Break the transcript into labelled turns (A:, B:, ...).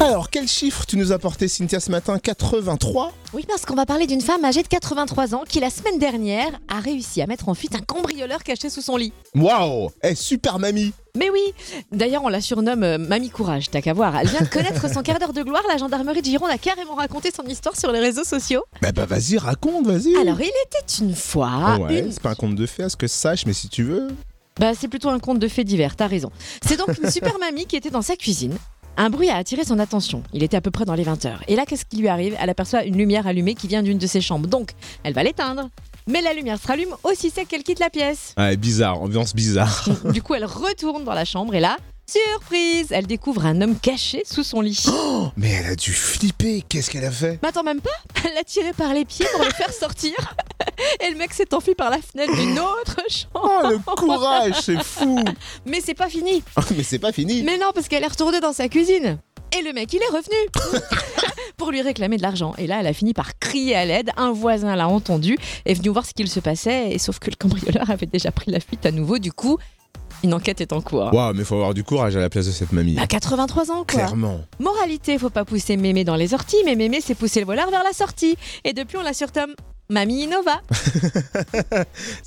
A: Alors, quel chiffre tu nous as porté, Cynthia, ce matin 83
B: Oui, parce qu'on va parler d'une femme âgée de 83 ans qui, la semaine dernière, a réussi à mettre en fuite un cambrioleur caché sous son lit.
A: Waouh Eh, super mamie
B: Mais oui D'ailleurs, on la surnomme euh, Mamie Courage, t'as qu'à voir. Elle vient de connaître son quart d'heure de gloire. La gendarmerie de Gironde a carrément raconté son histoire sur les réseaux sociaux.
A: Bah, bah vas-y, raconte, vas-y
B: Alors, il était une fois
A: Ah Ouais,
B: une
A: c'est pas un conte de fées, à ce que je sache, mais si tu veux.
B: Bah, c'est plutôt un conte de faits divers, t'as raison. C'est donc une super mamie qui était dans sa cuisine. Un bruit a attiré son attention. Il était à peu près dans les 20 heures. Et là, qu'est-ce qui lui arrive Elle aperçoit une lumière allumée qui vient d'une de ses chambres. Donc, elle va l'éteindre. Mais la lumière se rallume aussi sec qu'elle quitte la pièce.
A: Ouais, Ah, bizarre, ambiance bizarre.
B: Du coup, elle retourne dans la chambre et là, surprise Elle découvre un homme caché sous son lit.
A: Oh, mais elle a dû flipper, qu'est-ce qu'elle a fait
B: M'attends même pas Elle l'a tiré par les pieds pour le faire sortir. Et le mec s'est enfui par la fenêtre d'une autre chambre.
A: Oh, le courage, c'est fou
B: Mais c'est pas fini.
A: Oh, Mais c'est pas fini
B: Mais non, parce qu'elle est retournée dans sa cuisine. Et le mec, il est revenu pour lui réclamer de l'argent. Et là, elle a fini par crier à l'aide. Un voisin l'a entendu, est venu voir ce qu'il se passait. Et sauf que le cambrioleur avait déjà pris la fuite à nouveau. Du coup, une enquête est en cours.
A: Waouh, mais faut avoir du courage à la place de cette mamie.
B: À 83 ans, Bah, quoi.
A: Clairement.
B: Moralité, faut pas pousser mémé dans les orties, mais mémé, c'est pousser le voleur vers la sortie. Et depuis, on la surnomme Mamie Innova.